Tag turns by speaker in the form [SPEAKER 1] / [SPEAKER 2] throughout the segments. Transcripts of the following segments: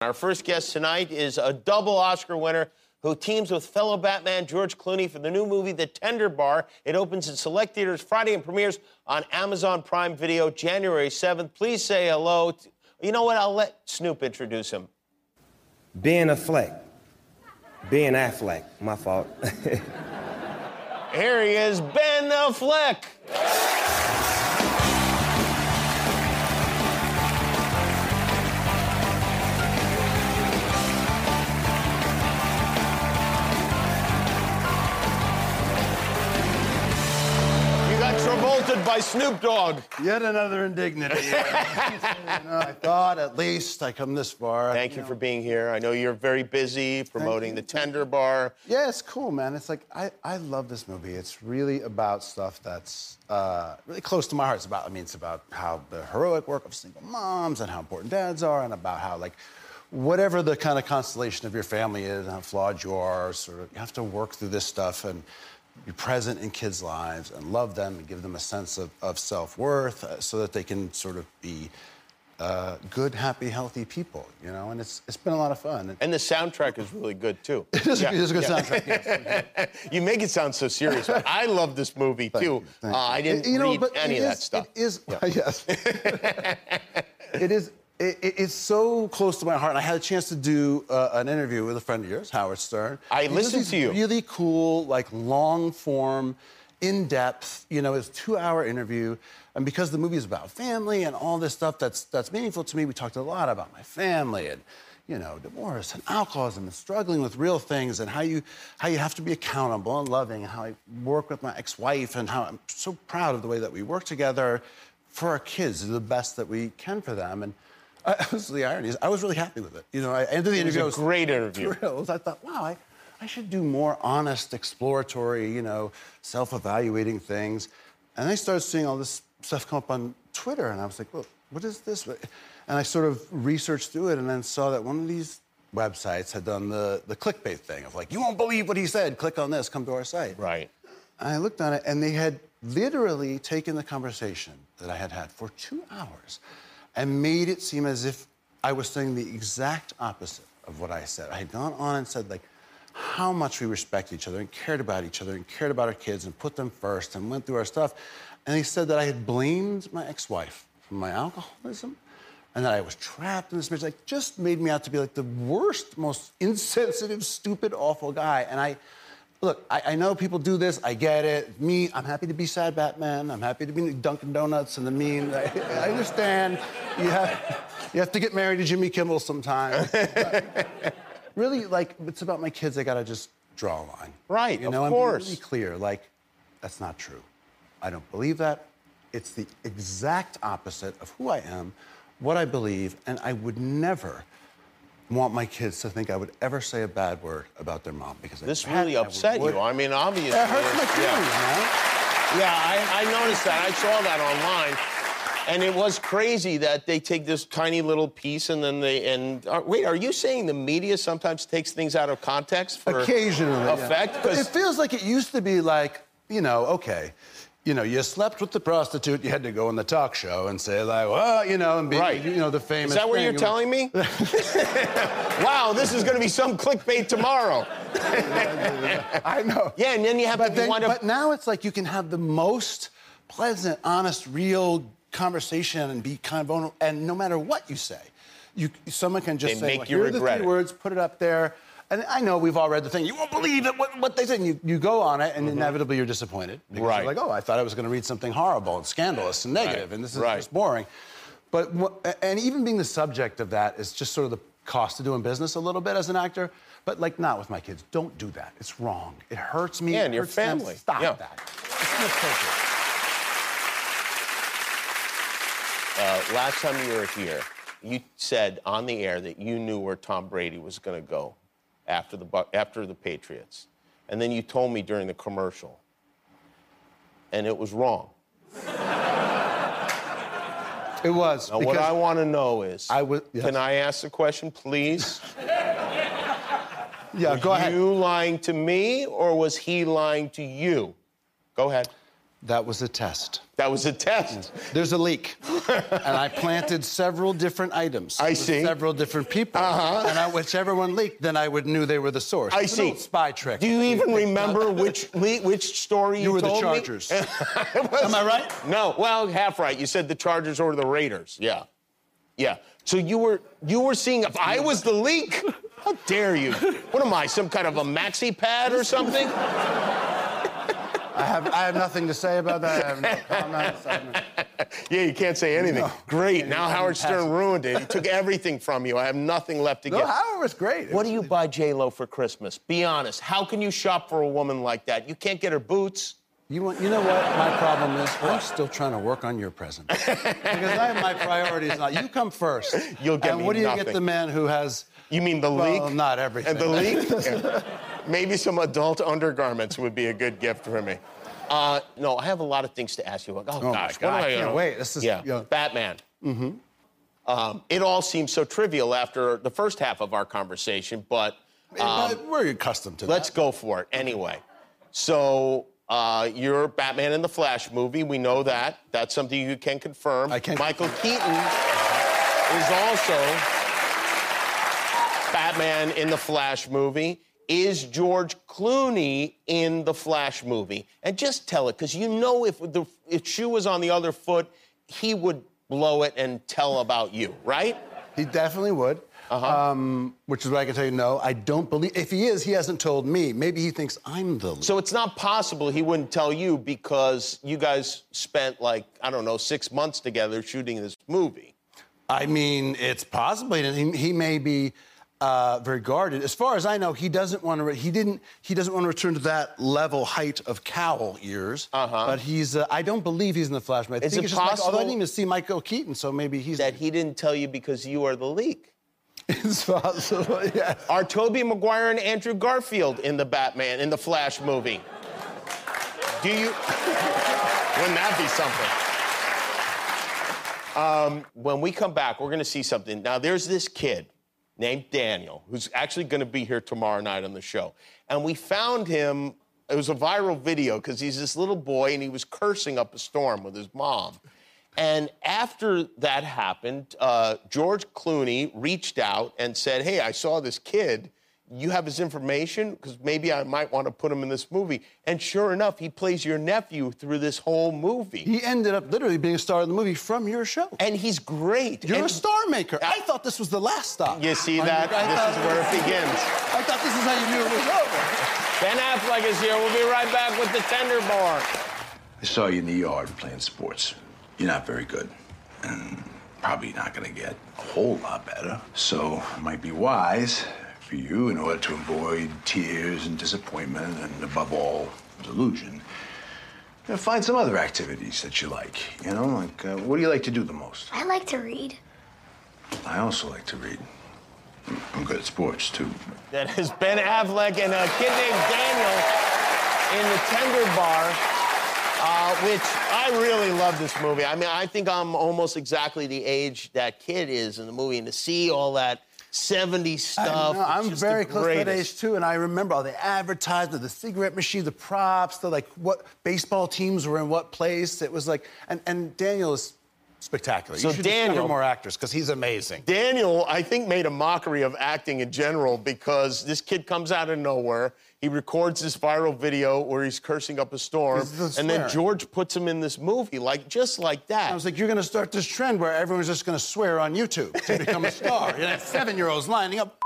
[SPEAKER 1] Our first guest tonight is a double Oscar winner who teams with fellow Batman George Clooney for the new movie The Tender Bar. It opens in select theaters Friday and premieres on Amazon Prime Video January 7th. Please say hello. To, you know what? I'll let Snoop introduce him.
[SPEAKER 2] Ben Affleck. Ben Affleck. My fault.
[SPEAKER 1] Here he is, Ben Affleck. You got Travolted by Snoop Dogg.
[SPEAKER 3] Yet another indignity. You know, I thought at least I come this far.
[SPEAKER 1] Thank you for being here. I know you're very busy promoting
[SPEAKER 3] you,
[SPEAKER 1] the
[SPEAKER 3] thank you.
[SPEAKER 1] Tender Bar.
[SPEAKER 3] Yeah, it's cool, man. It's like I, I love this movie. It's really about stuff that's uh, really close to my heart. It's about I mean, it's about how the heroic work of single moms and how important dads are, and about how like whatever the kind of constellation of your family is, and how flawed you are, sort of you have to work through this stuff and be present in kids' lives and love them and give them a sense of, of self-worth uh, so that they can sort of be uh, good, happy, healthy people, you know, and it's it's been a lot of fun. And-
[SPEAKER 1] And the soundtrack is really good too.
[SPEAKER 3] It is,
[SPEAKER 1] Yeah,
[SPEAKER 3] a, it is a good
[SPEAKER 1] yeah.
[SPEAKER 3] soundtrack. yes.
[SPEAKER 1] You make it sound so serious. but I love this movie too.
[SPEAKER 3] you, thank
[SPEAKER 1] Uh,
[SPEAKER 3] you.
[SPEAKER 1] I didn't
[SPEAKER 3] You know,
[SPEAKER 1] read
[SPEAKER 3] but
[SPEAKER 1] any
[SPEAKER 3] it
[SPEAKER 1] of that
[SPEAKER 3] is-
[SPEAKER 1] stuff.
[SPEAKER 3] It is yes. it is. It, it- it's so close to my heart. And I had a chance to do uh, an interview with a friend of yours, Howard Stern.
[SPEAKER 1] I
[SPEAKER 3] He does
[SPEAKER 1] listened
[SPEAKER 3] these
[SPEAKER 1] to you.
[SPEAKER 3] Really cool, like long form, in depth. You know, it's a two hour interview, and because the movie is about family and all this stuff that's that's meaningful to me, we talked a lot about my family and. You know, divorce and alcoholism and struggling with real things and how you how you have to be accountable and loving and how I work with my ex-wife and how I'm so proud of the way that we work together for our kids, do the best that we can for them. And I, was the irony is I was really happy with it. You know, I ended the
[SPEAKER 1] It was
[SPEAKER 3] interview. I
[SPEAKER 1] a
[SPEAKER 3] was-
[SPEAKER 1] great interview.
[SPEAKER 3] thrills. I thought, wow, I, I should do more honest, exploratory, you know, self evaluating things. And I started seeing all this stuff come up on Twitter, and I was like, well, what is this? And I sort of researched through it and then saw that one of these websites had done the, the clickbait thing of like, you won't believe what he said, click on this, come to our site.
[SPEAKER 1] Right.
[SPEAKER 3] And I looked on it, and they had literally taken the conversation that I had had for two hours and made it seem as if I was saying the exact opposite of what I said. I had gone on and said, like, how much we respect each other and cared about each other and cared about our kids and put them first and went through our stuff. And they said that I had blamed my ex wife for my alcoholism and that I was trapped in this marriage, like just made me out to be like the worst, most insensitive, stupid, awful guy. And I, look, I, I know people do this. I get it. Me, I'm happy to be sad Batman. I'm happy to be Dunkin' Donuts and the mean. I, I understand. You have, you have to get married to Jimmy Kimmel sometime. But really, like, it's about my kids. I gotta just draw a line.
[SPEAKER 1] Right,
[SPEAKER 3] You
[SPEAKER 1] of
[SPEAKER 3] know,
[SPEAKER 1] course.
[SPEAKER 3] I'm really clear. Like, that's not true. I don't believe that. It's the exact opposite of who I am, what I believe, and I would never want my kids to think I would ever say a bad word about their mom because I
[SPEAKER 1] This
[SPEAKER 3] had-
[SPEAKER 1] really
[SPEAKER 3] I
[SPEAKER 1] upset
[SPEAKER 3] would-
[SPEAKER 1] you. I mean, obviously.
[SPEAKER 3] That hurts my
[SPEAKER 1] it's-
[SPEAKER 3] feelings,
[SPEAKER 1] yeah. Yeah, I,
[SPEAKER 3] man.
[SPEAKER 1] I noticed that. I saw that online. And it was crazy that they take this tiny little piece and then they and uh, wait, are you saying the media sometimes takes things out of context for
[SPEAKER 3] Occasionally. yeah.
[SPEAKER 1] effect?
[SPEAKER 3] But it
[SPEAKER 1] 'Cause-
[SPEAKER 3] feels like it used to be like, you know, okay. You know, you slept with the prostitute, you had to go on the talk show and say, like, well, you know, and be,
[SPEAKER 1] Right.
[SPEAKER 3] you know, the famous.
[SPEAKER 1] Is that what you're
[SPEAKER 3] thing.
[SPEAKER 1] telling me? wow, this is going to be some clickbait tomorrow.
[SPEAKER 3] I know.
[SPEAKER 1] Yeah, and then you have
[SPEAKER 3] but
[SPEAKER 1] to wind up-
[SPEAKER 3] But now it's like you can have the most pleasant, honest, real conversation and be kind of vulnerable. And no matter what you say, you someone can just
[SPEAKER 1] They
[SPEAKER 3] say,
[SPEAKER 1] make
[SPEAKER 3] like,
[SPEAKER 1] you
[SPEAKER 3] here
[SPEAKER 1] regret
[SPEAKER 3] are the three
[SPEAKER 1] it."
[SPEAKER 3] words, put it up there. And I know we've all read the thing. You won't believe it, what, what they said. And you, you go on it, and inevitably you're disappointed. Because
[SPEAKER 1] Mm-hmm. Right.
[SPEAKER 3] You're like, oh, I thought I was going to read something horrible and scandalous and negative,
[SPEAKER 1] Right.
[SPEAKER 3] and this is
[SPEAKER 1] Right.
[SPEAKER 3] just boring. But what, and even being the subject of that is just sort of the cost of doing business a little bit as an actor. But like, not with my kids. Don't do that. It's wrong. It hurts me.
[SPEAKER 1] Yeah,
[SPEAKER 3] it
[SPEAKER 1] and your
[SPEAKER 3] hurts them.
[SPEAKER 1] family.
[SPEAKER 3] Stop
[SPEAKER 1] Yeah.
[SPEAKER 3] that. It's inappropriate.
[SPEAKER 1] Uh, last time you were here, you said on the air that you knew where Tom Brady was going to go after the Bu- after the Patriots, and then you told me during the commercial, and it was wrong.
[SPEAKER 3] It was.
[SPEAKER 1] Now, what
[SPEAKER 3] because-
[SPEAKER 1] I want to know is,
[SPEAKER 3] I was- yes.
[SPEAKER 1] can I ask the question, please?
[SPEAKER 3] yeah, go ahead.
[SPEAKER 1] You lying to me, or was he lying to you? Go ahead.
[SPEAKER 3] That was a test.
[SPEAKER 1] That was a test.
[SPEAKER 3] There's a leak. and I planted several different items.
[SPEAKER 1] I
[SPEAKER 3] with
[SPEAKER 1] see.
[SPEAKER 3] Several different people. Uh-huh. And I, whichever one leaked, then I would knew they were the source.
[SPEAKER 1] I
[SPEAKER 3] It's an
[SPEAKER 1] see.
[SPEAKER 3] old spy trick.
[SPEAKER 1] Do you even remember which le- which story you,
[SPEAKER 3] You were the
[SPEAKER 1] told me?
[SPEAKER 3] Chargers.
[SPEAKER 1] It was-
[SPEAKER 3] Am I right?
[SPEAKER 1] No. Well, half right. You said the Chargers or the Raiders. Yeah, yeah. So you were you were seeing if I was the leak. How dare you? What am I? Some kind of a maxi pad or something?
[SPEAKER 3] I have, I have nothing to say about that. I have no comments. I have no-
[SPEAKER 1] Yeah, you can't say anything. Great. Now Howard Stern
[SPEAKER 3] pass it.
[SPEAKER 1] ruined it. He took everything from you. I have nothing left to
[SPEAKER 3] No,
[SPEAKER 1] give.
[SPEAKER 3] Howard was great.
[SPEAKER 1] What do you buy J Lo for Christmas? Be honest. How can you shop for a woman like that? You can't get her boots.
[SPEAKER 3] You, want, you know what my problem is? I'm still trying to work on your present. because I have my priorities on. You come first.
[SPEAKER 1] You'll get
[SPEAKER 3] and
[SPEAKER 1] me
[SPEAKER 3] what do you
[SPEAKER 1] nothing.
[SPEAKER 3] get the man who has...
[SPEAKER 1] You mean the
[SPEAKER 3] Well,
[SPEAKER 1] leak?
[SPEAKER 3] not everything.
[SPEAKER 1] And the leak? Yeah. Maybe some adult undergarments would be a good gift for me. Uh, no, I have a lot of things to ask you. about. Oh,
[SPEAKER 3] my
[SPEAKER 1] gosh,
[SPEAKER 3] God,
[SPEAKER 1] what am
[SPEAKER 3] I can't
[SPEAKER 1] gonna-
[SPEAKER 3] wait. This is-
[SPEAKER 1] yeah.
[SPEAKER 3] yeah.
[SPEAKER 1] Batman. Mm-hmm. Um, it all seems so trivial after the first half of our conversation, but
[SPEAKER 3] but we're accustomed to
[SPEAKER 1] um, let's
[SPEAKER 3] that.
[SPEAKER 1] go for it anyway. So. Uh, you're Batman in the Flash movie. We know that. That's something you can confirm.
[SPEAKER 3] I can
[SPEAKER 1] Michael Keaton is also Batman in the Flash movie. Is George Clooney in the Flash movie? And just tell it, because you know if the if shoe was on the other foot, he would blow it and tell about you, right?
[SPEAKER 3] He definitely would.
[SPEAKER 1] Uh-huh.
[SPEAKER 3] Um, which is what I can tell you. No, I don't believe. If he is, he hasn't told me. Maybe he thinks I'm the lead.
[SPEAKER 1] So it's not possible he wouldn't tell you because you guys spent like I don't know six months together shooting this movie.
[SPEAKER 3] I mean, it's possible he, didn't- he may be uh, very guarded. As far as I know, he doesn't want to. Re- he didn't. He doesn't want to return to that level height of cowl ears. Uh-huh. But he's. Uh, I don't believe he's in the Flash. I
[SPEAKER 1] Is
[SPEAKER 3] think
[SPEAKER 1] it
[SPEAKER 3] it's just Michael- although I didn't
[SPEAKER 1] possible-
[SPEAKER 3] even see Michael Keaton, so maybe he's.
[SPEAKER 1] That he didn't tell you because you are the leak.
[SPEAKER 3] it's possible. Yeah.
[SPEAKER 1] Are Toby Maguire and Andrew Garfield in the Batman in the Flash movie? Do you Wouldn't that be something? Um, when we come back, we're gonna see something. Now there's this kid named Daniel who's actually gonna be here tomorrow night on the show. And we found him, it was a viral video because he's this little boy and he was cursing up a storm with his mom. And after that happened, uh, George Clooney reached out and said, Hey, I saw this kid. You have his information? Because maybe I might want to put him in this movie. And sure enough, he plays your nephew through this whole movie.
[SPEAKER 3] He ended up literally being a star in the movie from your show.
[SPEAKER 1] And he's great.
[SPEAKER 3] You're
[SPEAKER 1] And-
[SPEAKER 3] a star maker. I thought this was the last stop.
[SPEAKER 1] You see
[SPEAKER 3] I-
[SPEAKER 1] that?
[SPEAKER 3] I thought
[SPEAKER 1] This is where it begins.
[SPEAKER 3] I thought this is how you knew it was over.
[SPEAKER 1] Ben Affleck is here. We'll be right back with the Tender Bar.
[SPEAKER 4] I saw you in the yard playing sports. You're not very good. And probably not gonna get a whole lot better. So it might be wise for you, in order to avoid tears and disappointment and above all, delusion, to find some other activities that you like. You know, like uh, what do you like to do the most?
[SPEAKER 5] I like to read.
[SPEAKER 4] I also like to read. I'm good at sports too.
[SPEAKER 1] That is Ben Affleck and a kid named Daniel in the Tender Bar, uh, which I really love this movie. I mean, I think I'm almost exactly the age that kid is in the movie, and to see all that 70s stuff.
[SPEAKER 3] No,
[SPEAKER 1] it's
[SPEAKER 3] I'm
[SPEAKER 1] just the
[SPEAKER 3] very close to that
[SPEAKER 1] greatest.
[SPEAKER 3] age too, and I remember all the advertisements, the cigarette machine, the props, the like what baseball teams were in what place. It was like, and and Daniel is spectacular.
[SPEAKER 1] So
[SPEAKER 3] you should discover
[SPEAKER 1] Daniel-
[SPEAKER 3] more actors because he's amazing.
[SPEAKER 1] Daniel, I think, made a mockery of acting in general because this kid comes out of nowhere. He records this viral video where he's cursing up a storm,
[SPEAKER 3] He's the
[SPEAKER 1] and then
[SPEAKER 3] swear.
[SPEAKER 1] George puts him in this movie, like just like that.
[SPEAKER 3] I was like, you're going to start this trend where everyone's just going to swear on YouTube to become a star. You know, seven-year-olds lining up. "F-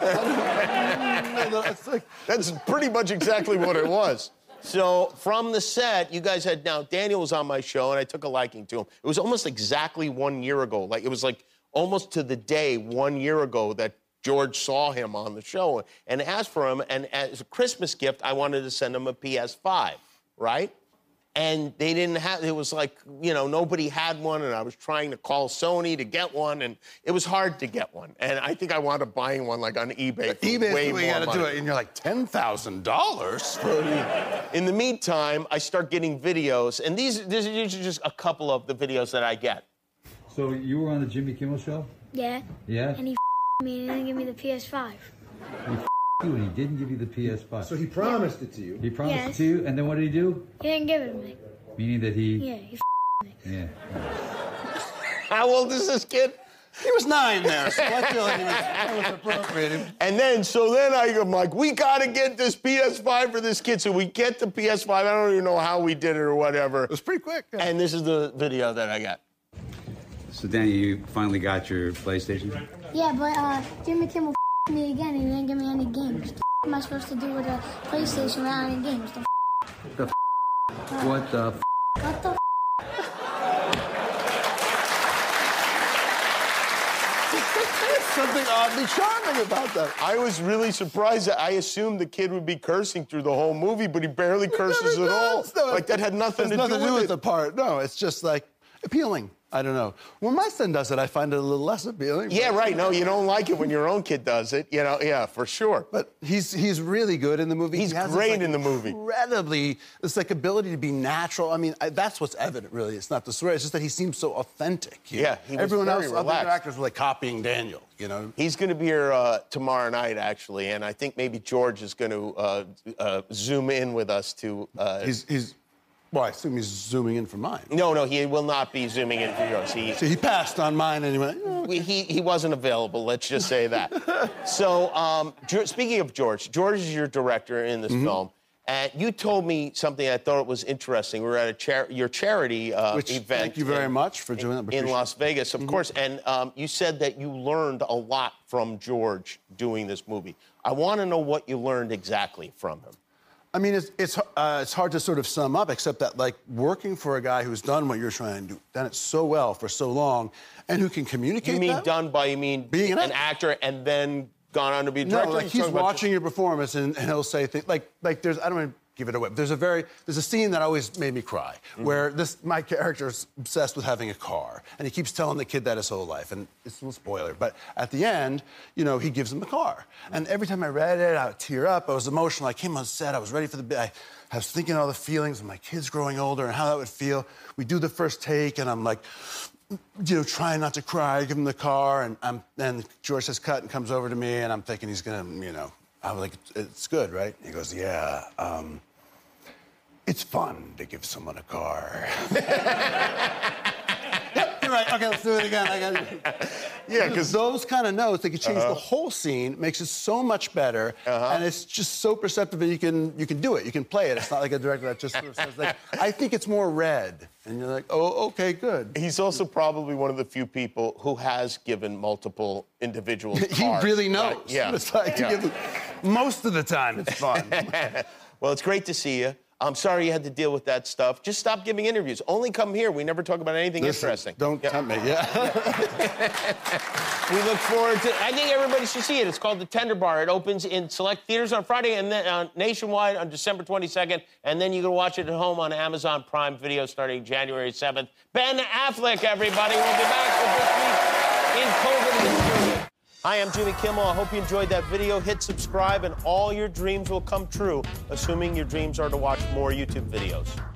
[SPEAKER 3] Your mother. it's like,
[SPEAKER 1] That's pretty much exactly what it was. So from the set, you guys had now Daniel was on my show and I took a liking to him. It was almost exactly one year ago. Like it was like almost to the day one year ago that George saw him on the show and asked for him. And as a Christmas gift, I wanted to send him a PS5, right? and they didn't have it was like you know nobody had one and i was trying to call sony to get one and it was hard to get one and i think i wound up buying one like on ebay for
[SPEAKER 3] eBay's
[SPEAKER 1] way
[SPEAKER 3] the way you
[SPEAKER 1] more
[SPEAKER 3] got to do
[SPEAKER 1] money.
[SPEAKER 3] it, and you're like, ten thousand dollars for.
[SPEAKER 1] in the meantime i start getting videos and these these are usually just a couple of the videos that i get
[SPEAKER 6] So you were on the Jimmy Kimmel show?
[SPEAKER 5] Yeah.
[SPEAKER 6] Yeah.
[SPEAKER 5] And he me and he didn't give me the PS5. you and he didn't give you the PS5.
[SPEAKER 6] So he promised it to you.
[SPEAKER 5] He promised
[SPEAKER 7] Yes.
[SPEAKER 5] it to you, and then what did he do?
[SPEAKER 7] He didn't give it to me.
[SPEAKER 5] Meaning that he.
[SPEAKER 7] Yeah, he
[SPEAKER 5] Yeah.
[SPEAKER 1] How old is this kid?
[SPEAKER 3] He was nine there, so I feel like he was, that was appropriate.
[SPEAKER 1] And then, so then I, am like, we gotta get this PS5 for this kid. So we get the PS5. I don't even know how we did it or whatever.
[SPEAKER 3] It was pretty quick. yeah.
[SPEAKER 1] And this is the video that I got.
[SPEAKER 5] So, Danny, you finally got your PlayStation?
[SPEAKER 8] Yeah, but uh, Jimmy Kimmel f- me again and he didn't give me any games. What the f- am I supposed to do with a PlayStation without any games? The f-
[SPEAKER 5] What the f?
[SPEAKER 8] what the f-
[SPEAKER 3] There's something oddly charming about that.
[SPEAKER 1] I was really surprised. I assumed the kid would be cursing through the whole movie, but he barely curses
[SPEAKER 3] never
[SPEAKER 1] at all.
[SPEAKER 3] does, though.
[SPEAKER 1] Like that had nothing
[SPEAKER 3] It's
[SPEAKER 1] to
[SPEAKER 3] nothing
[SPEAKER 1] do with
[SPEAKER 3] the
[SPEAKER 1] it.
[SPEAKER 3] part. No, it's just like appealing. I don't know. When my son does it, I find it a little less appealing. but-
[SPEAKER 1] Yeah, right. No, you don't like it when your own kid does it. You know, yeah, for sure.
[SPEAKER 3] But he's he's really good in the movie.
[SPEAKER 1] He's
[SPEAKER 3] He has this,
[SPEAKER 1] great
[SPEAKER 3] like,
[SPEAKER 1] in the movie.
[SPEAKER 3] Incredibly, this like ability to be natural. I mean, I, that's what's evident, really. It's not the swear. It's just that he seems so authentic. you
[SPEAKER 1] Yeah,
[SPEAKER 3] know?
[SPEAKER 1] he was
[SPEAKER 3] everyone
[SPEAKER 1] very
[SPEAKER 3] else, other
[SPEAKER 1] relaxed.
[SPEAKER 3] actors were like copying Daniel. You know,
[SPEAKER 1] He's going to be here uh, tomorrow night, actually, and I think maybe George is going to uh, uh, zoom in with us to. Uh,
[SPEAKER 3] he's he's. Well, I assume he's zooming in for mine.
[SPEAKER 1] no, no, he will not be zooming in for yours. He,
[SPEAKER 3] So he passed on mine and he went. "Oh."
[SPEAKER 1] we- he, he wasn't available, let's just say that. so, um, Ge- speaking of George, George is your director in this
[SPEAKER 3] Mm-hmm.
[SPEAKER 1] film. And you told me something I thought was interesting. We were at a char- your charity uh,
[SPEAKER 3] Which,
[SPEAKER 1] event.
[SPEAKER 3] thank you very
[SPEAKER 1] in-
[SPEAKER 3] much for doing that. Mm-hmm.
[SPEAKER 1] in
[SPEAKER 3] Appreciate it.
[SPEAKER 1] Las Vegas, of course. And um, you said that you learned a lot from George doing this movie. I want to know what you learned exactly from him.
[SPEAKER 3] I mean, it's it's uh, it's hard to sort of sum up, except that like working for a guy who's done what you're trying to do, done it so well for so long, and who can communicate.
[SPEAKER 1] You mean
[SPEAKER 3] that?
[SPEAKER 1] done by you mean
[SPEAKER 3] Being an
[SPEAKER 1] an actor and then gone on to be a director?
[SPEAKER 3] No, like
[SPEAKER 1] You're
[SPEAKER 3] he's
[SPEAKER 1] talking about
[SPEAKER 3] watching your performance and, and he'll say things like like there's I don't want to give it away. But there's a very there's a scene that always made me cry where this my character's obsessed with having a car and he keeps telling the kid that his whole life and it's a little spoiler, but at the end, you know, he gives him a car. And every time I read it, I would tear up. I was emotional. I came on set. I was ready for the bit. I, I was thinking all the feelings of my kids growing older and how that would feel. We do the first take and I'm like you know, trying not to cry, give him the car, and I'm and George says cut and comes over to me, and I'm thinking he's gonna, you know, I was like, it's good, right? He goes, yeah. Um, it's fun to give someone a car. Yep, you're right. Okay, let's do it again. I got it.
[SPEAKER 1] Yeah, 'cause-
[SPEAKER 3] those kind of notes, they could change the whole scene, makes it so much better, and it's just so perceptive that you can you can do it, you can play it. It's not like a director that just sort of says like, I think it's more red, and you're like, oh, okay, good.
[SPEAKER 1] He's also probably one of the few people who has given multiple individuals
[SPEAKER 3] He
[SPEAKER 1] cars,
[SPEAKER 3] really knows.
[SPEAKER 1] right? Yeah.
[SPEAKER 3] It's like,
[SPEAKER 1] Yeah.
[SPEAKER 3] most of the time, it's fun.
[SPEAKER 1] Well, it's great to see you. I'm sorry you had to deal with that stuff. Just stop giving interviews. Only come here. We never talk about anything interesting.
[SPEAKER 3] Don't
[SPEAKER 1] Yeah.
[SPEAKER 3] tempt me. Yeah.
[SPEAKER 1] We look forward to. I think everybody should see it. It's called the Tender Bar. It opens in select theaters on Friday and then uh, nationwide on December 22nd, and then you can watch it at home on Amazon Prime Video starting January 7th. Ben Affleck, everybody, we'll be back with this week in COVID. History. Hi, I'm Jimmy Kimmel. I hope you enjoyed that video. Hit subscribe, and all your dreams will come true, assuming your dreams are to watch more YouTube videos.